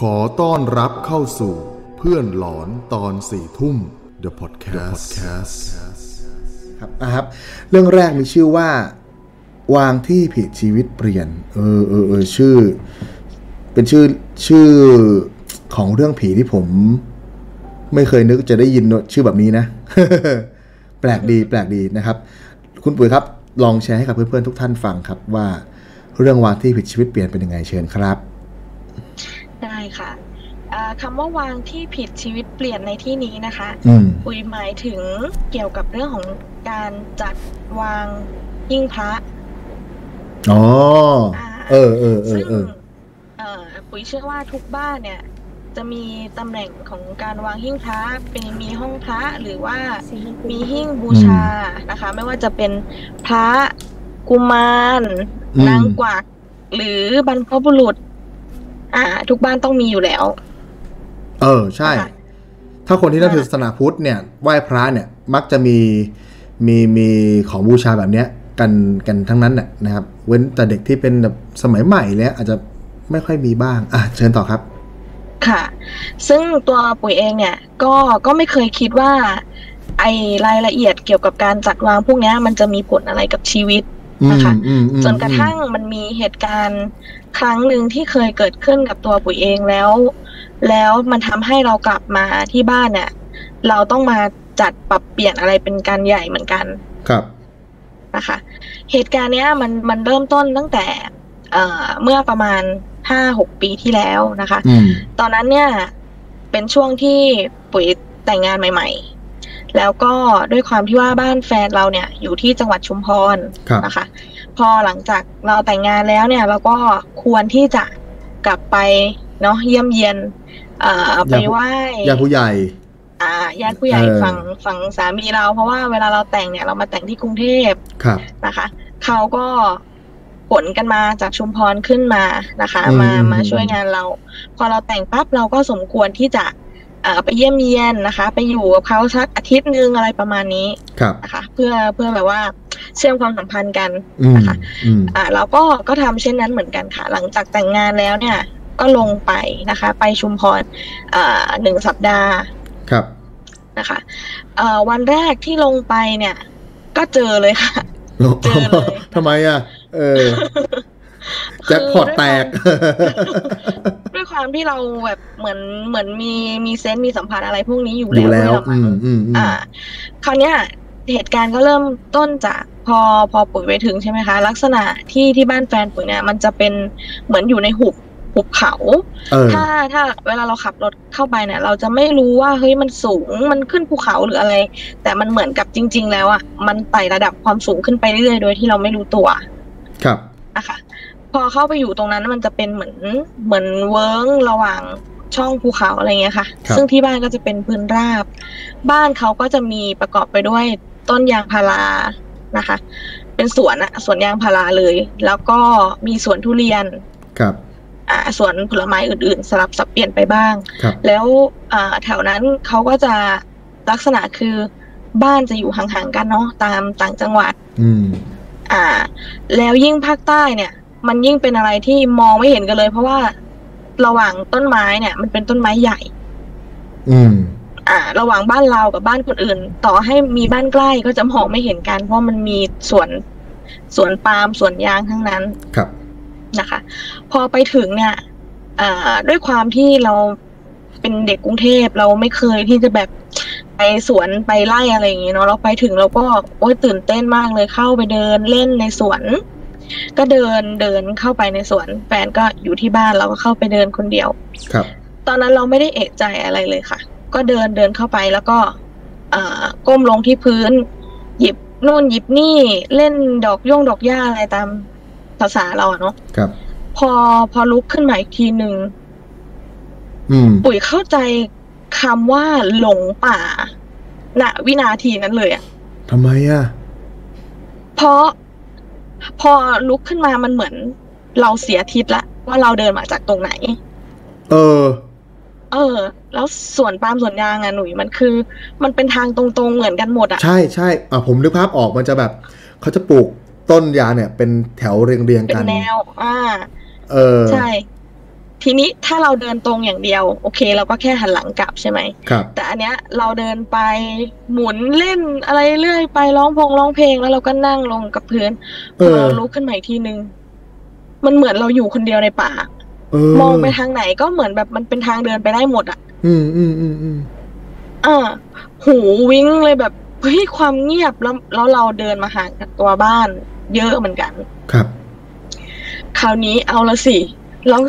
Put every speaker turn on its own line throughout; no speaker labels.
ขอต้อนรับเข้าสู่เพื่อนหลอนตอนสี่ทุ่ม The Podcast,
ครับนะครับ เรื่องแรกมีชื่อว่า วางที่ผิดชีวิตเปลี่ยน เออเออเออชื่อ เป็นชื่อชื่อของเรื่องผีที่ผม ไม่เคยนึกจะได้ยินชื่อแบบนี้นะ แปลกดีแปลกดีนะครับ คุณปุ๋ยครับ ลองแชร์ให้กับเพื่อนๆทุกท่านฟังครับว่า เรื่องวางที่ผิดชีวิตเปลี่ยนเป็นยังไงเชิญครับ
ได้ค่ะเอ่อคำว่าวางที่ผิดชีวิตเปลี่ยนในที่นี้นะคะ
อืม
อุยหมายถึงเกี่ยวกับเรื่องของการจัดวางหิ้งพระ
อ๋อ
อ่า
เออเออเอ
ซึ่
อง เออ
เอ่อปุ๋ยเชื่อว่าทุกบ้านเนี่ย จะมีตำแหน่งของการวางหิ้งพระเป็นมีห้องพระหรือว่ามีหิ้งบูชานะคะ ไม่ว่าจะเป็นพระกุมาร
อืม
นางกวักหรือบรรพบุรุษ อ่า ทุกบ้านต้องมีอยู่แล้ว
เออ ใช่
ค่ะ
ถ้าคนที่นับถือศาสนาพุทธเนี่ยไหว้พระเนี่ยมักจะมีมีมีของบูชาแบบเนี้ย กันกันทั้งนั้นน่ะนะครับ เว้นแต่เด็กที่เป็นแบบสมัยใหม่แล้วอาจจะไม่ค่อยมีบ้าง อ่ะ เชิญต่อครับ
ค่ะ ซึ่งตัวปุ๋ยเองเนี่ยก็ก็ไม่เคยคิดว่า ไอรายละเอียดเกี่ยวกับการจัดวางพวกเนี้ยมันจะมีผลอะไรกับชีวิต
อืม
นะคะ
อืมอืม
จนกระทั่งมันมีเหตุการณ์ครั้งหนึ่งที่เคยเกิดขึ้นกับตัวปุ๋ยเองแล้ว แล้วมันทำให้เรากลับมาที่บ้านเนี่ยเราต้องมาจัดปรับเปลี่ยนอะไรเป็นการใหญ่เหมือนกัน
ครับ
นะคะ เหตุการณ์เนี้ยมันมันเริ่มต้นตั้งแต่เอ่อเมื่อประมาณห้าหกปีที่แล้วนะคะ
อืม
ตอนนั้นเนี่ยเป็นช่วงที่ปุ๋ยแต่งงานใหม่ ๆ แล้วก็ด้วยความที่ว่าบ้านแฟนเราเนี่ยอยู่ที่จังหวัดชุมพร
ครับ
นะคะ พอหลังจากเราแต่งงานแล้วเนี่ยเราก็ควรที่จะกลับไปเนาะเยี่ยมเยียนเอ่อไปไหว้
ญาติผู้ใหญ่
อ่าญาติผู้ใหญ่
เออ
ฝั่งฝั่งสามีเรา เพราะว่าเวลาเราแต่งเนี่ยเรามาแต่งที่กรุงเทพ
ครับ
นะคะเขาก็ขนกันมาจากชุมพรขึ้นมานะคะ
อืม
มา
อืม
มาช่วยงานเรา พอเราแต่งปั๊บเราก็สมควรที่จะเอ่อไปเยี่ยมเยียนนะคะ ไปอยู่กับเขาสักอาทิตย์หนึงอะไรประมาณนี้
ครับ
นะคะ เพื่อเพื่อแบบว่าเชื่อมความสัมพันธ์กัน
อืม
นะคะ
อืม
อ่าเราก็ก็ทำเช่นนั้นเหมือนกันค่ะ หลังจากแต่งงานแล้วเนี่ยก็ลงไปนะคะ ไปชุมพรอ่าหนึ่งสัปดาห์
ครับ
นะคะเอ่อวันแรกที่ลงไปเนี่ย ก็เจอเลยค่ะ เจอเลย
ทำไมอ่ะ เอ อ แจ็คพอตแตก
ด้วยความที่เราแบบเหมือนเหมือนมีมีเซนส์มีสัมผัสอะไรพวกนี้อยู่
อ
แล้ว
ยู่แล้ว
ด้วยหรอ
อืมอืมอืม
อ่า คราวเนี้ยเหตุการณ์ก็เริ่มต้นจากพอพอปุ๋ยไปถึงใช่ไหมคะ ลักษณะที่ที่บ้านแฟนปุ๋ยเนี่ยมันจะเป็นเหมือนอยู่ในหุบหุบเขา
เออ
ถ้าถ้าเวลาเราขับรถเข้าไปเนี่ย เราจะไม่รู้ว่าเฮ้ยมันสูงมันขึ้นภูเขาหรืออะไร แต่มันเหมือนกับจริง ๆ แล้วอ่ะมันไต่ระดับความสูงขึ้นไปเรื่อยๆโดยที่เราไม่รู้ตัว
ครับ
นะคะพอเข้าไปอยู่ตรงนั้นมันจะเป็นเหมือนเหมือนเวิ้งระหว่างช่องภูเขาอะไรเงี้ยค่ะ
ครับ
ซึ่งที่บ้านก็จะเป็นพื้นราบ บ้านเขาก็จะมีประกอบไปด้วยต้นยางพารานะคะ เป็นสวนอะสวนยางพาราเลย แล้วก็มีสวนทุเรียน
ครับ
อ่าสวนผลไม้อื่นๆ สลับสับเปลี่ยนไปบ้าง
ครับ
แล้วอ่าแถวนั้นเขาก็จะลักษณะคือบ้านจะอยู่ห่างๆกันเนาะตามต่างจังหวัด
อืม
อ่า แล้วยิ่งภาคใต้เนี่ย มันยิ่งเป็นอะไรที่มองไม่เห็นกันเลย เพราะว่าระหว่างต้นไม้เนี่ย มันเป็นต้นไม้ใหญ่
อืม
อ่า ระหว่างบ้านเรากับบ้านคนอื่น ต่อให้มีบ้านใกล้ก็จะมองไม่เห็นกัน เพราะมันมีสวนสวนปาล์มสวนยางทั้งนั้น
ครับ
นะคะ พอไปถึงเนี่ยอ่าด้วยความที่เราเป็นเด็กกรุงเทพเราไม่เคยที่จะแบบไปสวนไปไล่อะไรอย่างเงี้ยเนาะเราไปถึงเราก็โอ๊ยตื่นเต้นมากเลยเข้าไปเดินเล่นในสวน ก็เดินเดินเข้าไปในสวน แฟนก็อยู่ที่บ้านเราก็เข้าไปเดินคนเดียว
ครับ
ตอนนั้นเราไม่ได้เอะใจอะไรเลยค่ะ ก็เดินเดินเข้าไปแล้วก็เอ่อก้มลงที่พื้น หยิบนู่นหยิบนี่เล่นดอกย่งดอกหญ้าอะไรตามภาษาเราอะเนาะ
ครับ
พอพอลุกขึ้นมาอีกทีหนึ่ง
อืม
ปุ๋ยเข้าใจคำว่าหลงป่าณวินาทีนั้นเลยอะ
ทำไมอ่ะ
เพราะพอลุกขึ้นมามันเหมือน เราเสียทิศละว่าเราเดินมาจากตรงไหน
เออ
เออ แล้วสวนปาล์มสวนยางอะหนุ่ยมันคือ มันเป็นทางตรงๆเหมือนกันหมดอะ
ใช่ใช่อ่ะผมนึกภาพออกมันจะแบบ เขาจะปลูกต้นยาเนี่ย เป็นแถวเรียงเรียง
เป็
กันน
แนว อ่า
เออ
ใช่ ทีนี้ถ้าเราเดินตรงอย่างเดียว โอเค เราก็แค่หันหลังกลับใช่ไหม
ครับ
แต่อันเนี้ยเราเดินไปหมุนเล่นอะไรเรื่อยไปร้องพงร้องเพลงแล้วเราก็นั่งลงกับพื้นพ
เอ
อ
อ
เราลุกขึ้นมาอีกทีนึง มันเหมือนเราอยู่คนเดียวในป่า
เออ
มองไปทางไหนก็เหมือนแบบมันเป็นทางเดินไปได้หมดอ่ะ
อืมอืมอืมอืม
อ่าหูวิ้งเลยแบบเฮ้ยความเงียบแล้วแล้วเราเดินมาห่างจากตัวบ้าน เยอะเหมือนกัน
ครับ
คราวนี้เอาละสิแล้ว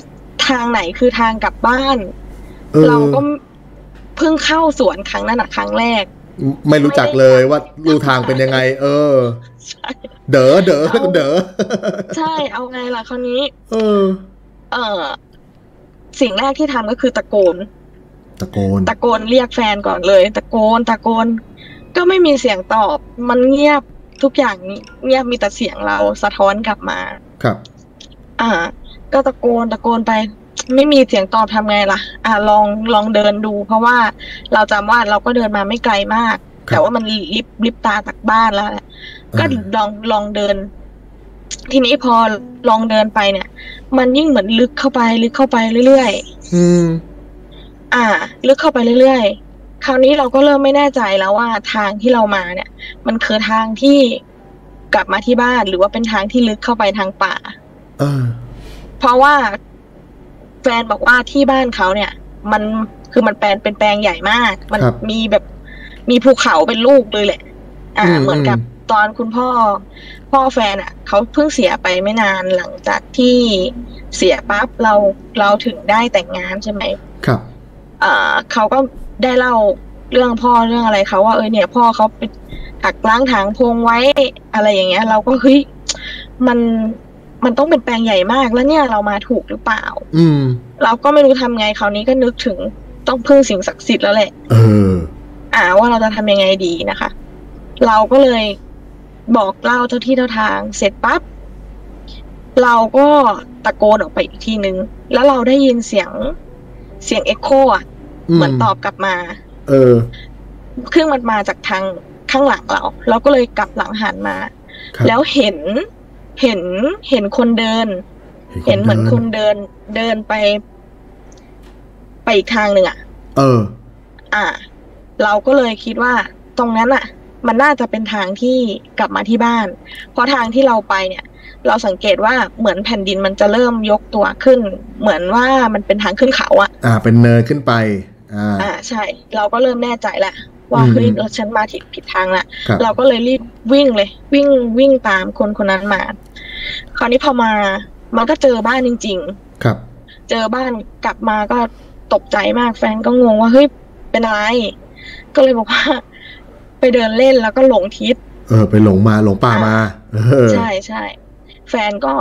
ทางไหนคือทางกลับบ้าน
เออ
เราก็เพิ่งเข้าสวนครั้งนั้นอะครั้งแรก
ไม่รู้จักเลยว่ารูทางเป็นยังไง เออ
ใช่
เด๋อเด๋อเด๋อ
ใช่เอาไงล่ะคราวนี้
เออ
เออสิ่งแรกที่ทำก็คือตะโกน
ตะโกน
ตะโกนเรียกแฟนก่อนเลย ตะโกนตะโกน ก็ไม่มีเสียงตอบ มันเงียบทุกอย่างเงียบมีแต่เสียงเราสะท้อนกลับมา
ครับ
อ่า ก็ตะโกนตะโกนไป ไม่มีเสียงตอบทำไงล่ะ อ่าลองลองเดินดู เพราะว่าเราจำว่าเราก็เดินมาไม่ไกลมาก
ครับ
แต่ว่ามันลิบลิบตาจากบ้านแล้วแหละ
อ่า
ก็ลองลองเดิน ทีนี้พอลองเดินไปเนี่ย มันยิ่งเหมือนลึกเข้าไป ลึกเข้าไปเรื่อยๆ
อืม
อ่า ลึกเข้าไปเรื่อยๆ คราวนี้เราก็เริ่มไม่แน่ใจแล้วว่าทางที่เรามาเนี่ย มันคือทางที่กลับมาที่บ้านหรือว่าเป็นทางที่ลึกเข้าไปทางป่า
เออ
เพราะว่าแฟนบอกว่าที่บ้านเขาเนี่ย มันคือมันแปลงเป็นแปลงใหญ่มาก มัน
ครับ
มีแบบมีภูเขาเป็นลูกเลยแหละ อ่า
อืม
เหมือนกับ
อืม
ตอนคุณพ่อ พ่อแฟนอ่ะเขาเพิ่งเสียไปไม่นานหลังจากที่เสียปั๊บเราเราถึงได้แต่งงานใช่ไหม
ครับ
เอ่อเขาก็ได้เล่าเรื่องพ่อเรื่องอะไรเขาว่าเออเนี่ย พ่อเขาไปหักล้างถางพงไว้อะไรอย่างเงี้ย เราก็เฮ้ยมันมันต้องเป็นแปลงใหญ่มากแล้วเนี่ยเรามาถูกหรือเปล่า
อืม
เราก็ไม่รู้ทำไงคราวนี้ก็นึกถึงต้องพึ่งสิ่งศักดิ์สิทธิ์แล้วแหละ
เออ
อ่าว่าเราจะทำยังไงดีนะคะ เราก็เลยบอกเล่าเจ้าที่เจ้าทาง เสร็จปั๊บเราก็ตะโกนออกไปอีกทีนึง แล้วเราได้ยินเสียงเสียงเอ็โคอะ เหมือนตอบกลับมา
เออ
เครื่องมันมาจากทางข้างหลังเรา เราก็เลยกลับหลังหันมา
ครับ
แล้วเห็น เห็น เห็นคนเดิน เห็นเหมือนคนเดิน เดินไป ไปอีกทางหนึ่งอ่ะ
เออ
อ่า เราก็เลยคิดว่า ตรงนั้นอ่ะ มันน่าจะเป็นทางที่กลับมาที่บ้าน เพราะทางที่เราไปเนี่ย เราสังเกตว่าเหมือนแผ่นดินมันจะเริ่มยกตัวขึ้น เหมือนว่ามันเป็นทางขึ้นเขาอ่ะ
อ่า เป็นเนินขึ้นไป อ่า
อ่าใช่ เราก็เริ่มแน่ใจละว่า
อืม
เฮ้ยเราฉันมาผิดผิดทางละ
ครับ
เราก็เลยรีบวิ่งเลย วิ่งวิ่งตามคนคนนั้นมา คราวนี้พอมา มันก็เจอบ้านจริง
ครับ
ๆ เจอบ้านกลับมาก็ตกใจมากแฟนก็งงว่าเฮ้ยเป็นอะไร ก็เลยบอกว่า ไปเดินเล่นแล้วก็หลงทิศ
เออ ไปหลงมาหลงป่ามา เออ
ใช่ใช่แฟนก็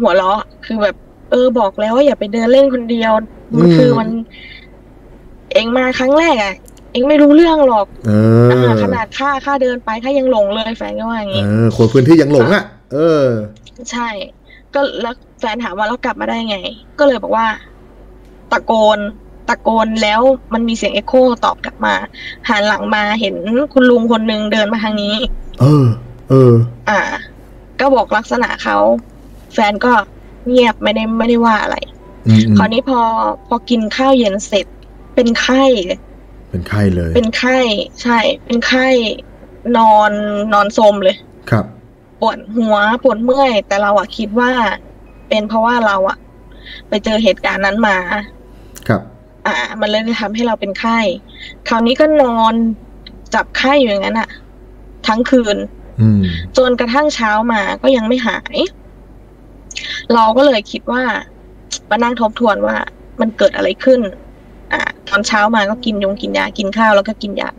หัวเราะคือแบบ เออบอกแล้วว่าอย่าไปเดินเล่นคนเดียว มัน
อืม
คือมัน เองมาครั้งแรกอะเองไม่รู้เรื่องหรอก
เออ
อ่าขนาดค่าค่าเดินไปค่ายังหลงเลยแฟนก็ว่าอย่าง
เอ
งี้
อ คนพื้นที่ยังหลงอ่ะ เออ
ใช่ ก็แล้วแฟนถามว่าเรากลับมาได้ไง ก็เลยบอกว่า ตะโกน ตะโกนแล้วมันมีเสียงเอ็โคตอบกลับมาหันหลังมาเห็นคุณลุงคนหนึ่งเดินมาทางนี้
เออ เออ
อ่า ก็บอกลักษณะเขาแฟนก็เงียบไม่ได้ไม่ได้ว่าอะไร
อืมอืม
คราวนี้พอพอกินข้าวเย็นเสร็จ เป็นไข้
เป็นไข้เลย
เป็นไข้ ใช่ เป็นไข้นอนนอนสมเลย
ครับ
ปวดหัวปวดเมื่อย แต่เราอะคิดว่า เป็นเพราะว่าเราอะไปเจอเหตุการณ์นั้นมา
ครับ
อ่า มันเลยทำให้เราเป็นไข้ คราวนี้ก็นอนจับไข้อยู่อย่างนั้นอะทั้งคืน
อืม
จนกระทั่งเช้ามาก็ยังไม่หาย เราก็เลยคิดว่ามานั่งทบทวนว่ามันเกิดอะไรขึ้น อ่า ตอนเช้ามาก็กินยงกินยากินข้าวแล้วก็กินยา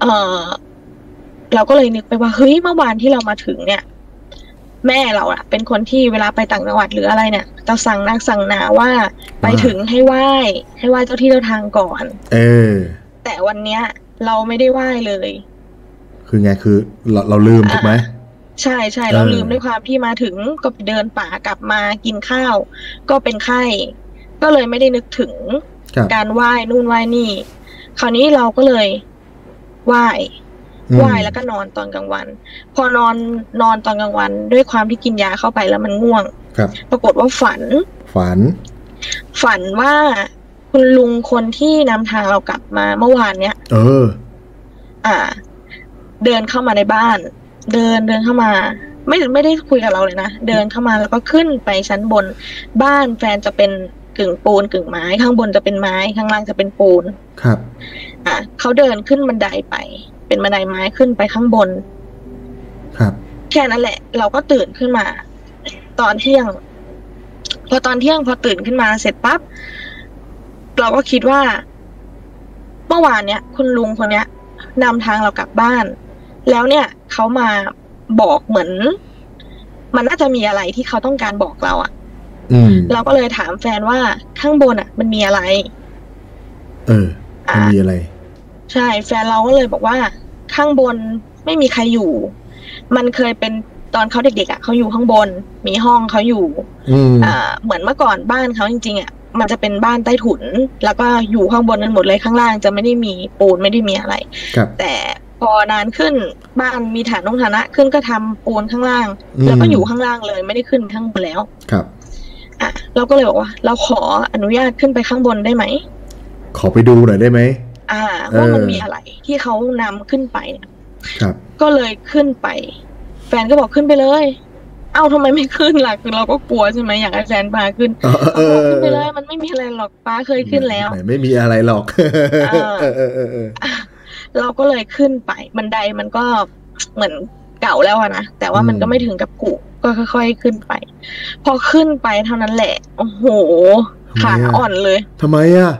เออเราก็เลยนึกไปว่าเฮ้ยเมื่อวานที่เรามาถึงเนี่ย แม่เราอะเป็นคนที่เวลาไปต่างจังหวัดหรืออะไรเนี่ยจะสั่งนักสั่งหนาว่าไปถึงให้ไหว้ ให้ไหว้เจ้าที่เจ้าทางก่อน
เออ
แต่วันเนี้ย เราไม่ได้ไหว้เลย
คือไง คือเราเราลืมถูกไหม
ใช่ใช่
เออ
เราลืมด้วยความที่มาถึงก็เดินป่ากลับมากินข้าว ก็เป็นไข้ ก็เลยไม่ได้นึกถึง
ครับ
การไหว้นู่นไหว้นี่ คราวนี้เราก็เลยไหว้
อืม
ไหว้แล้วก็นอนตอนกลางวัน พอนอนนอนตอนกลางวัน ด้วยความที่กินยาเข้าไปแล้วมันง่วง
ครับ
ปรากฏว่าฝัน
ฝัน
ฝันว่าคุณลุงคนที่นำทางเรากลับมาเมื่อวานเนี้ย
เออ
อ่า เดินเข้ามาในบ้าน เดินเดินเข้ามา ไม่ไม่ได้คุยกับเราเลยนะเดินเข้ามาแล้วก็ขึ้นไปชั้นบน บ้านแฟนจะเป็นกึ่งปูนกึ่งไม้ ข้างบนจะเป็นไม้ ข้างล่างจะเป็นปูน
ครับ
อ่ะเขาเดินขึ้นบันไดไป เป็นบันไดไม้ขึ้นไปข้างบน
ครับ
แค่นั้นแหละ เราก็ตื่นขึ้นมา ตอนเที่ยง พอตอนเที่ยงพอตื่นขึ้นมาเสร็จปั๊บเราก็คิดว่า เมื่อวานเนี้ยคุณลุงคนเนี้ยนำทางเรากลับบ้าน แล้วเนี่ยเขามาบอกเหมือน มันน่าจะมีอะไรที่เขาต้องการบอกเราอะ
อืม
เราก็เลยถามแฟนว่าข้างบนอะมันมีอะไร
เออมันมีอะไร
ใช่แฟนเราก็เลยบอกว่าข้างบนไม่มีใครอยู่ มันเคยเป็นตอนเขาเด็กๆอ่ะเขาอยู่ข้างบน มีห้องเขาอยู่
อืม
อ่าเหมือนเมื่อก่อนบ้านเขาจริงๆอ่ะมันจะเป็นบ้านใต้ถุน แล้วก็อยู่ข้างบนกันหมดเลยข้างล่างจะไม่ได้มีปูนไม่ได้มีอะไร
ครับ
แต่พอนานขึ้นบ้านมีฐานนงฐานะขึ้นก็ทำปูนข้างล่าง
อืม
แล้วก็อยู่ข้างล่างเลยไม่ได้ขึ้นข้างบนแล้ว
ครับ
อ่ะเราก็เลยบอกว่า เราขออนุญาตขึ้นไปข้างบนได้ไหม
ขอไปดูหน่อยได้ไหม
อ่า
เออ
ว่ามันมีอะไรที่เขานำขึ้นไปเนี่ย
ครับ
ก็เลยขึ้นไป แฟนก็บอกขึ้นไปเลย เอ้าทำไมไม่ขึ้นล่ะคือเราก็กลัวใช่ไหมอยากให้แฟนพาขึ้น
เออเอ
เขาบอก
อ
ขึ้นไปเลยมันไม่มีอะไรหรอกป้าเคยขึ้นแล้ว
ไม่มีอะไรหรอก
เออ
เออเออเออเออ
เราก็เลยขึ้นไป บันไดมันก็เหมือนเก่าแล้วอะนะแต่ว่ามัน
อืม
ก็ไม่ถึงกับกุก็ค่อย ๆขึ้นไป พอขึ้นไปเท่านั้นแหละโอ้โหขาอ่อนเลย
ทำไมอ่ะ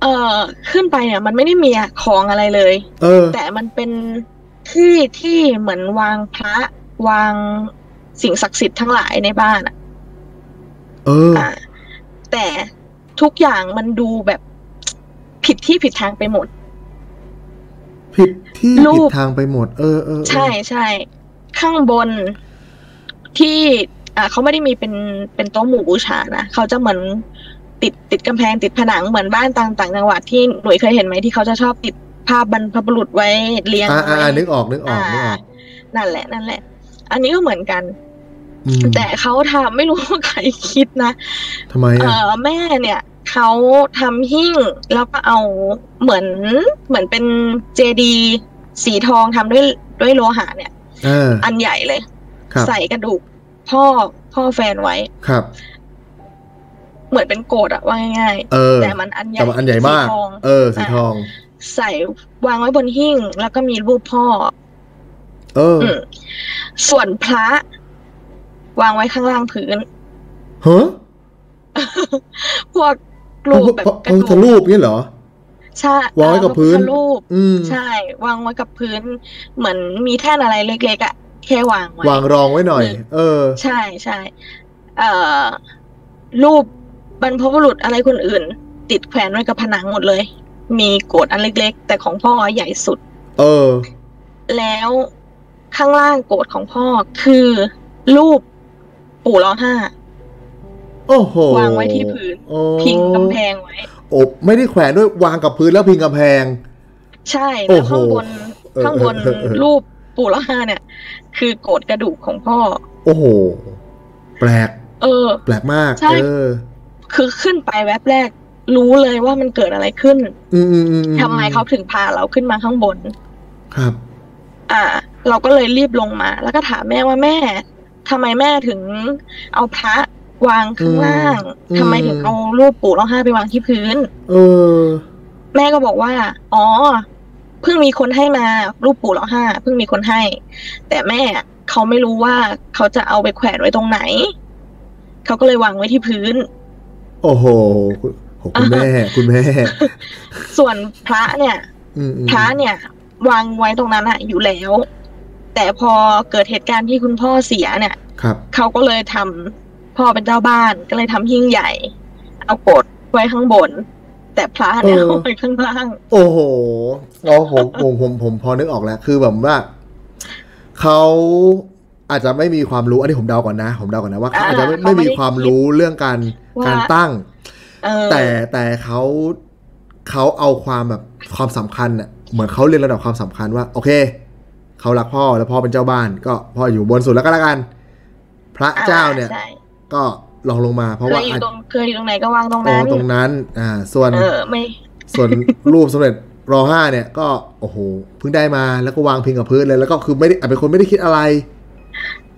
เออขึ้นไปเนี่ย มันไม่ได้มีของอะไรเลย
เออ
แต่มันเป็นที่ที่เหมือนวางพระวางสิ่งศักดิ์สิทธิ์ทั้งหลายในบ้านอะ
เออ
อ่ะแต่ทุกอย่างมันดูแบบผิดที่ผิดทางไปหมด
ผิดที่
รู
ผิด
ป
ทางไปหมด เออเออเออ
ใช่ใช่ข้างบนที่อ่ะเขาไม่ได้มีเป็นเป็นโต๊ะหมู่บูชานะเขาจะเหมือนติดติดกำแพงติดผนังเหมือนบ้านต่างต่างจังหวัดที่หน่ยเคยเห็นไหมที่เขาจะชอบติดภาพบรรพบุรุษไว้เลี้ยง
อ่า
ไว้
อ่านึกออกนึกออกนึกออก
นั่นแหละนั่นแหละ อันนี้ก็เหมือนกัน
อืม
แต่เขาทำไม่รู้ว่าใครคิดนะ
ทำไม
เอ
อ่ะ
อแม่เนี่ยเขาทำหิ้งแล้วก็เอาเหมือนเหมือนเป็นเจดีสีทองทำด้วยด้วยโลหะเนี่ย
เออ
อันใหญ่เลย
ครับ
ใส่กระดูกพ่อพ่อแฟนไว้
ครับ
เหมือนเป็นโกดอะว่าง่าย
เออ
ๆ แต่มันอันใหญ่
แต่ว่าอันใหญ่มาก
สีทอง
เออ สีทอง
ใส่วางไว้บนหิ้งแล้วก็มีรูปพ่อ
เออ
อืมส่วนพระ วางไว้ข้างล่างพื้น
ฮะ
พวกรูปแบบ
พ
ก
ระ
ระ
พุทธ
ดูก
รูปเนี่ยเหรอ
ใช่
วางไว้กับพื้น
พระพุทธรูป
อืม
ใช่ วางไว้กับพื้น เหมือนมีแท่นอะไรเล็กๆอะแค่วางไว้
วางรองไว้หน่อย
อืม
เออ
ใช่ใช่เอ่อ รูปบรรพบุรุษอะไรคนอื่น ติดแขวนไว้กับผนังหมดเลย มีโกดอันเล็กๆ แต่ของพ่อใหญ่สุด
เออ
แล้วข้างล่างโกดของพ่อคือรูปปู่ล้อห้า
โอ้โห
วางไว้ที่พื้น
โอ้
พิงกำแพงไว้
โอบไม่ได้แขวนด้วยวางกับพื้นแล้วพิงกำแพง
ใช่
โอ้
แล้ว
โห
ข้างบน
เออ
ข้างบน
เออเออ
รูปปู่ล้อห้าเนี่ย คือโกดกระดูกของพ่อ
โอ้โห แปลก
เออ
แปลกมาก
ใช่
เออ
คือขึ้นไปแวบแรก รู้เลยว่ามันเกิดอะไรขึ้น
อืมอืมอืม
ทำไมเขาถึงพาเราขึ้นมาข้างบน
ครับ
อ่า เราก็เลยรีบลงมา แล้วก็ถามแม่ว่าแม่ทำไมแม่ถึงเอาพระวางข้างล่าง
อืม
ทำไมถึงเอารูปปู่ร้องไห้ไปวางที่พื้น
เออ
แม่ก็บอกว่า อ๋อ เพิ่งมีคนให้มารูปปู่ร้องไห้เพิ่งมีคนให้ แต่แม่เขาไม่รู้ว่าเขาจะเอาไปแขวนไว้ตรงไหน เขาก็เลยวางไว้ที่พื้น
โอ้โหคุณโหคุณ แม่ คุณแม่
ส่วนพระเนี่ย
อืมอืม
พระเนี่ยวางไว้ตรงนั้นอะอยู่แล้ว แต่พอเกิดเหตุการณ์ที่คุณพ่อเสียเนี่ย
ครับ
เขาก็เลยทำพ่อเป็นเจ้าบ้านก็เลยทำหิ้งใหญ่ เอาโกดไว้ข้างบน แต่พระเนี่ย
เออ
เอาไว้ข้างล่าง
โอ้โหอ๋อผมผมผมผมพอนึกออกแล้ว คือแบบว่า เขาอาจจะไม่มีความรู้ อันนี้ผมเดาก่อนนะ ผมเดาก่อนนะว่าเขา
อ่า
อาจจะไม่
เขาไม่
ไม่มีความรู้เรื่องการ
ว่า
การตั้ง
เออ
แต่แต่เขาเขาเอาความแบบความสำคัญน่ะเหมือนเขาเรียนระดับความสำคัญว่า โอเคเขารักพ่อแล้วพ่อเป็นเจ้าบ้าน ก็พ่ออยู่บนสุดแล้วก็แล้วกัน พระ
อ่
เจ้าเนี่ย
ใช่
ก็ ลองลงมา เพราะ
เค
ว่าย
อยู่
อาจ
ตรงเคยอยู่ตรงไหนก็วางตรง
ตรง
นั้น
ตรงนั้น อ่า ส่วน
เออไม่
ส่วนรูปสำเร็จรอห้าเนี่ย ก็โอ้โหเพิ่งได้มาแล้วก็วางพิงกับพื้นเลยแล้วก็คือไม่ได้อ่ะเป็นคนไม่ได้คิดอะไร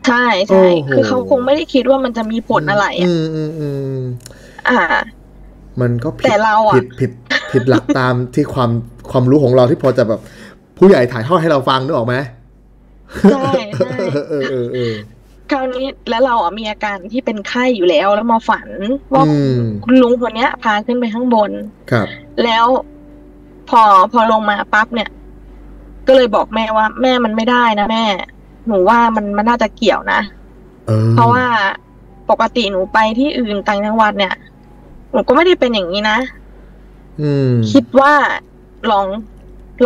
ใช่ใช่
โอ้โห
คือเขาคงไม่ได้คิดว่ามันจะมีผลอะไรอ่ะ
มอืมอืม
อ่า
มันก็ผิด
แต่เราอะ
ผิดผิดผิดหลักตามที่ความความรู้ของเราที่พอจะแบบผู้ใหญ่ถ่ายทอดให้เราฟังนึกออกไหม
ใช่ใช่
เออเออเออเออ
คราวนี้แล้วเราอ่ะมีอาการที่เป็นไข้อยู่แล้วแล้วมาฝันว่า
อืม
คุณลุงคนเนี้ย พาขึ้นไปข้างบน
ครับ
แล้วพอพอลงมาปั๊บเนี่ย ก็เลยบอกแม่ว่า แม่มันไม่ได้นะแม่ หนูว่ามันมันน่าจะเกี่ยวนะ
เออ
เพราะว่าปกติหนูไปที่อื่นต่างจังหวัดเนี่ย หนูก็ไม่ได้เป็นอย่างนี้นะ
อืม
คิดว่าลอง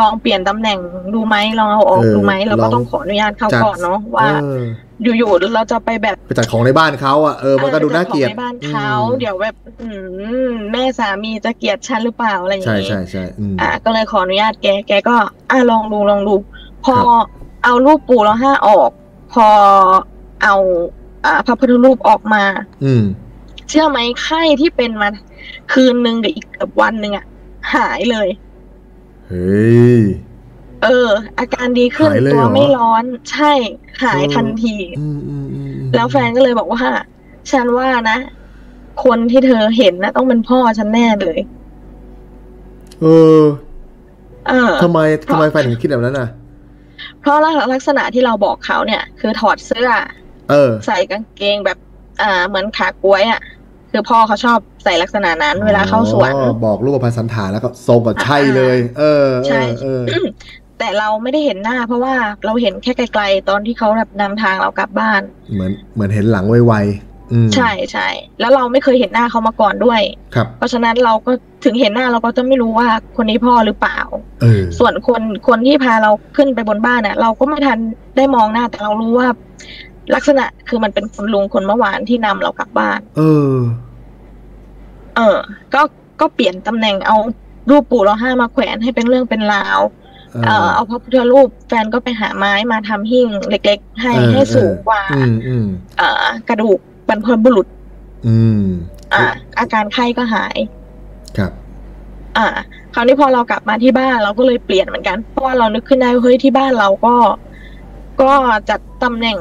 ลองเปลี่ยนตำแหน่งดูไหมลองเอาออก
เออ
ดูไหมเรา
ล
ก็
อง
ต้องขออนุญาตเขา
จัด
ก่อนเนาะว่า
เออ
อยู่ๆเราจะไปแบบ
ไปจัดของในบ้านเขาอ่ะเออมันก็ดู
จะ
น่าเกลียด
ขอไปบ้านเขา
อืม
เดี๋ยวแบบ อืมแม่สามีจะเกลียดฉันหรือเปล่าอะไรอย่าง
ใช่
นี้
ใช่ใช่อืม
อ่ะก็เลยขออนุญาตแกแกก็ อ่ะลองดูลองดู พอ
ครับ
เอารูปปู่ร้องห้าออก พอเอา อ่าพระพุทธรูปออกมา
อืม
เชื่อไหมไข้ที่เป็นมาคืนนึงกับอีกเกือบวันหนึ่งอะหายเลย
เฮ้ย
เออ อาการดีขึ้น
หายเลย
ตั
เหร
ว
อ
ไม่ร้อนใช่หาย
เออ
ทันที
อืมอืมอืมอืม
แล้วแฟนก็เลยบอกว่า ฉันว่านะ คนที่เธอเห็นนะต้องเป็นพ่อฉันแน่เลย
เออ
เออ
ทำไมทำไมแฟนถึงคิดแบบนั้นอ่ะ
เพราะลักษณะที่เราบอกเขาเนี่ย คือถอดเสื้อ
เออ
ใส่กางเกงแบบ อ่า เหมือนขากล้วยอะ่ะ คือพ่อเขาชอบใส่ลักษณะนั้น เวลาเข้าสวน
อ๋อบอกรูปพันสันฐานแล้วก็ทรงก็ใช่เลย เออ
ใช่
เออเออ
แต่เราไม่ได้เห็นหน้า เพราะว่าเราเห็นแค่ไกลๆ ตอนที่เขาแบบนำทางเรากลับบ้าน
เหมือนเหมือนเห็นหลังไวๆอืม
ใช่ใช่แล้วเราไม่เคยเห็นหน้าเขามาก่อนด้วย
ครับ
เพราะฉะนั้นเราก็ถึงเห็นหน้าเราก็จะไม่รู้ว่าคนนี้พ่อหรือเปล่า
เออ
ส่วนคนคนที่พาเราขึ้นไปบนบ้านเนี่ยเราก็ไม่ทันได้มองหน้าแต่เรารู้ว่า ลักษณะคือมันเป็นคนลุงคนเมื่อวานที่นำเรากลับบ้าน
เออ
เออ ก็ก็เปลี่ยนตำแหน่งเอารูปปู่เราห้ามาแขวนให้เป็นเรื่องเป็นราว
เอ
เออเอาพระพุทธรูปแฟนก็ไปหาไม้มาทำหิ้งเล็ก ๆ ให้
เออ
ให้สูงกว่า
อืมอืม
เออกระดูกบรรพบุรุษ
อืม
อ่าอาการไข้ก็หาย
ครับ
อ่า คราวนี้พอเรากลับมาที่บ้านเราก็เลยเปลี่ยนเหมือนกัน เพราะว่าเรานึกขึ้นได้ว่าเฮ้ยที่บ้านเราก็ ก็จัดตำแหน่ง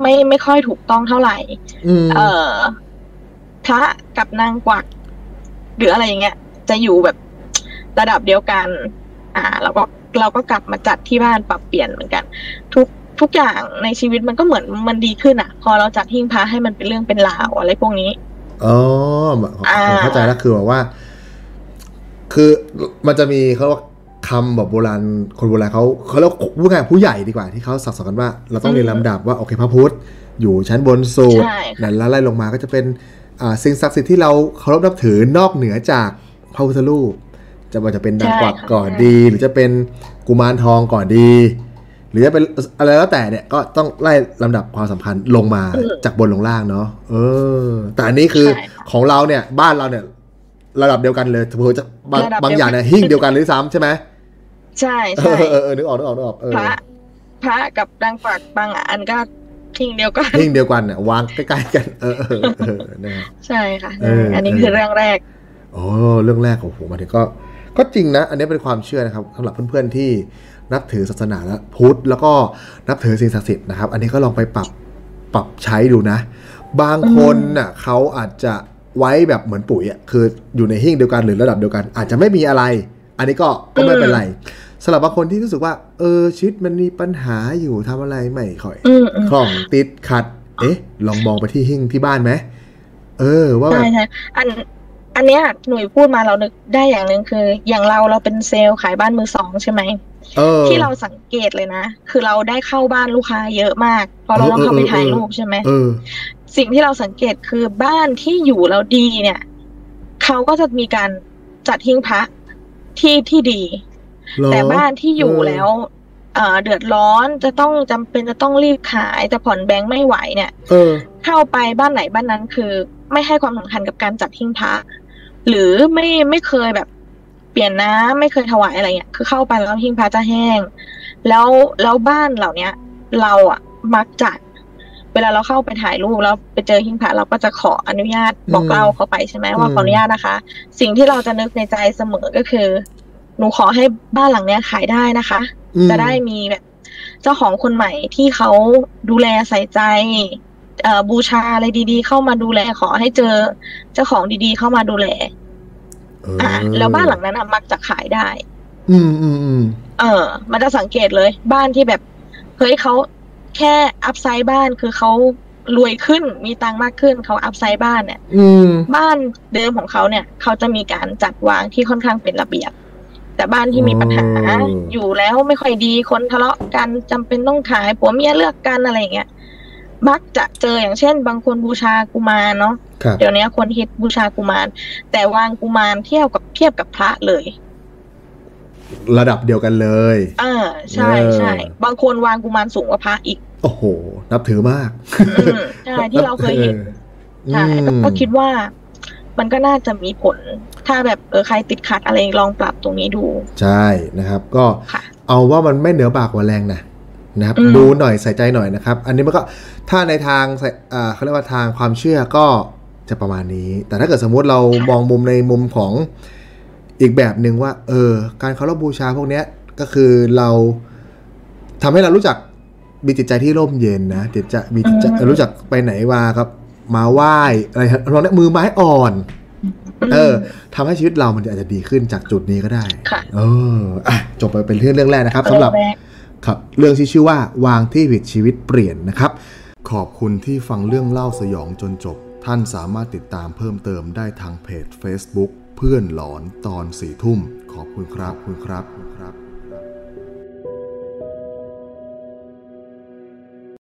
ไม่ไม่ค่อยถูกต้องเท่าไหร่
อืม
เอ่อพระกับนางกวักหรืออะไรอย่างเงี้ย จะอยู่แบบระดับเดียวกัน อ่าเราก็เราก็กลับมาจัดที่บ้านปรับเปลี่ยนเหมือนกัน ทุกทุกอย่างในชีวิตมันก็เหมือนมันดีขึ้นอ่ะ พอเราจัดหิ้งพระให้มันเป็นเรื่องเป็นราวอะไรพวกนี้
อ๋อผมเข้าใจแล้วคือแบบว่า คือมันจะมีเขาเรียกว่าคำแบบโบราณคนโบราณเขาเขาเรียกว่าผู้ใหญ่ผู้ใหญ่ดีกว่าที่เขาสั่งสอนกันว่า เราต้องเรียนลำดับว่าโอเคพระพุทธอยู่ชั้นบนสุด
ใช่ค่ะ
นั้นแล้วไล่ลงมาก็จะเป็นอ่าสิ่งศักดิ์สิทธิ์ที่เราเคารพนับถือนอกเหนือจากพระพุทธรูปจะว่าจะเป็นนางกวัก
ใช่ค่ะ
ก่อนดี หรือจะเป็นกุมารทองก่อนดี หรือจะเป็นอะไรแล้วแต่เนี่ยก็ต้องไล่ลำดับความสำคัญลงมาจากบนลงล่างเนาะเออ แต่อันนี้คือของเราเนี่ยบ้านเราเนี่ย ระดับเดียวกันเลยถือจะบาง
ระดับเดียวกัน
บางอย่างเนี่ยหิ้งเดียวกันหรือซ้ำใช่ไหม
ใช่
เอ
ใช่
อเออเออนึกออกนึกออกนึกออกเออ
พระพระกับนางฝากบางอันก็ทิ้งเดียวกัน
หิ้งเดียวกันเนี่ยวางใกล้ๆกันเออเออเออนะครับ
ใช่ค่ะ
เอออั
อันนี้คือเรื่องแรก
โอ้เรื่องแรกของผมมาถึงก็ ก็จริงนะ อันนี้เป็นความเชื่อนะครับสำหรับเพื่อนๆที่นับถือศาสนาและพุทธ แล้วก็นับถือสิ่งศักดิ์สิทธิ์นะครับ อันนี้ก็ลองไปปรับปรับใช้ดูนะ บางคนน่ะเขาอาจจะไว้แบบเหมือนปุ๋ยอ่ะคืออยู่ในหิ้งเดียวกันหรือระดับเดียวกัน อาจจะไม่มีอะไร อันนี้ก็ก็ไม่เป็นไรสำหรับบางคนที่รู้สึกว่า เออชีวิตมันมีปัญหาอยู่ทำอะไรไม่ค่อย
อืมอืม
คล่องติดขัด เอ๊ะ ลองมองไปที่หิ้งที่บ้านไหมเออ ว่าแบ
ใช่
บ
ใช่อัน อันเนี้ยหนุ่ยพูดมาเรานึกได้อย่างหนึ่งคือ อย่างเราเราเป็นเซลล์ขายบ้านมือสองใช่ไหม
เออ
ที่เราสังเกตเลยนะ คือเราได้เข้าบ้านลูกค้าเยอะมากเพราะเรา
เออ
ต้องเข้า
เออ
ไป
เออ
ถ่ายรูปใช่ไหม
เออ
สิ่งที่เราสังเกตคือบ้านที่อยู่เราดีเนี่ยเขาก็จะมีการจัดหิ้งพระที่ที่ดี
เหรอ
แต่บ้านที่อยู่
เออ
แล้วเอ่อเดือดร้อนจะต้องจำเป็นจะต้องรีบขายจะผ่อนแบงค์ไม่ไหวเนี่ย
เออ
เข้าไปบ้านไหนบ้านนั้นคือ ไม่ให้ความสำคัญกับการจัดทิ้งพระหรือไม่ไม่เคยแบบเปลี่ยนน้ำไม่เคยถวายอะไรเงี้ยคือเข้าไปแล้วทิ้งพระจะแห้ง แล้วแล้วบ้านเหล่าเนี้ย เราอะมักจัด เวลาเราเข้าไปถ่ายรูปแล้วไปเจอหิ้งพระเราก็จะขออนุญาตบอกเล่าเขาไปใช่ไหมว่าขออนุญาตนะคะ สิ่งที่เราจะนึกในใจเสมอก็คือ หนูขอให้บ้านหลังเนี้ยขายได้นะคะ
อืม
จะได้มีแบบเจ้าของคนใหม่ที่เขาดูแลใส่ใจเอ่อบูชาอะไรดีๆ เข้ามาดูแลขอให้เจอเจ้าของดีๆ เข้ามาดูแล
เออ
อ่ะแล้วบ้านหลังนั้นอะมักจะขายได้
อืมอืมอืม
เออ มันจะสังเกตเลย บ้านที่แบบเฮ้ยเขาแค่อัพไซด์บ้านคือเขารวยขึ้นมีตังค์มากขึ้นเขาอัพไซด์บ้านเนี่ย
อืม
บ้านเดิมของเขาเนี่ยเขาจะมีการจัดวางที่ค่อนข้างเป็นระเบียบ แต่บ้านที่มีปัญหาอยู่แล้วไม่ค่อยดีคนทะเลาะกันจำเป็นต้องขายผัวเมียเลือกกันอะไรอย่างเงี้ยมักจะเจออย่างเช่น บางคนบูชากุมารเนาะ
ครับ
เดี๋ยวนี้คนฮิตบูชากุมาร แต่วางกุมารเทียบกับเทียบกับพระเลย
ระดับเดียวกันเลย
เออ ใช่ใช่
เออ
บางคนวางกุมารสูงกว่าพระอีก
โอ้โห นับถือมาก
อืมใช่ที่เราเคยเห็น ใช่
อืม
ก็คิดว่ามันก็น่าจะมีผล ถ้าแบบเออใครติดขัดอะไรลองปรับตรงนี้ดู
ใช่นะครับ ก็
ค่ะ
เอาว่ามันไม่เหนือปากกว่าแรงนะนะครับ
อืม
ดูหน่อยใส่ใจหน่อยนะครับ อันนี้มันก็ถ้าในทางใส่อ่าเขาเรียกว่าทางความเชื่อก็จะประมาณนี้ แต่ถ้าเกิดสมมุติเรามองมุมในมุมของอีกแบบหนึ่งว่า เออ การเคารพบูชาพวกเนี้ยก็คือเราทำให้เรารู้จักมีจิตใจที่ร่มเย็นนะจิตใจมีจิตใจรู้จักไปไหนมาครับ มาไหว้อะไรครับเราเนี่ยมือไม้อ่อน เออทำให้ชีวิตเรามันอาจจะดีขึ้นจากจุดนี้ก็ได้
ค่ะ
เอออ่ะจบไปเป็นเรื่องเรื่องแรกนะครับสำหรับ
เออแก
ครับ เรื่องที่ชื่อว่าวางที่ผิดชีวิตเปลี่ยนนะครับ
ขอบคุณที่ฟังเรื่องเล่าสยองจนจบ ท่านสามารถติดตามเพิ่มเติมได้ทางเพจ Facebook เพื่อนหลอนตอนสี่ทุ่ม ขอบคุณครับขอบคุณครับ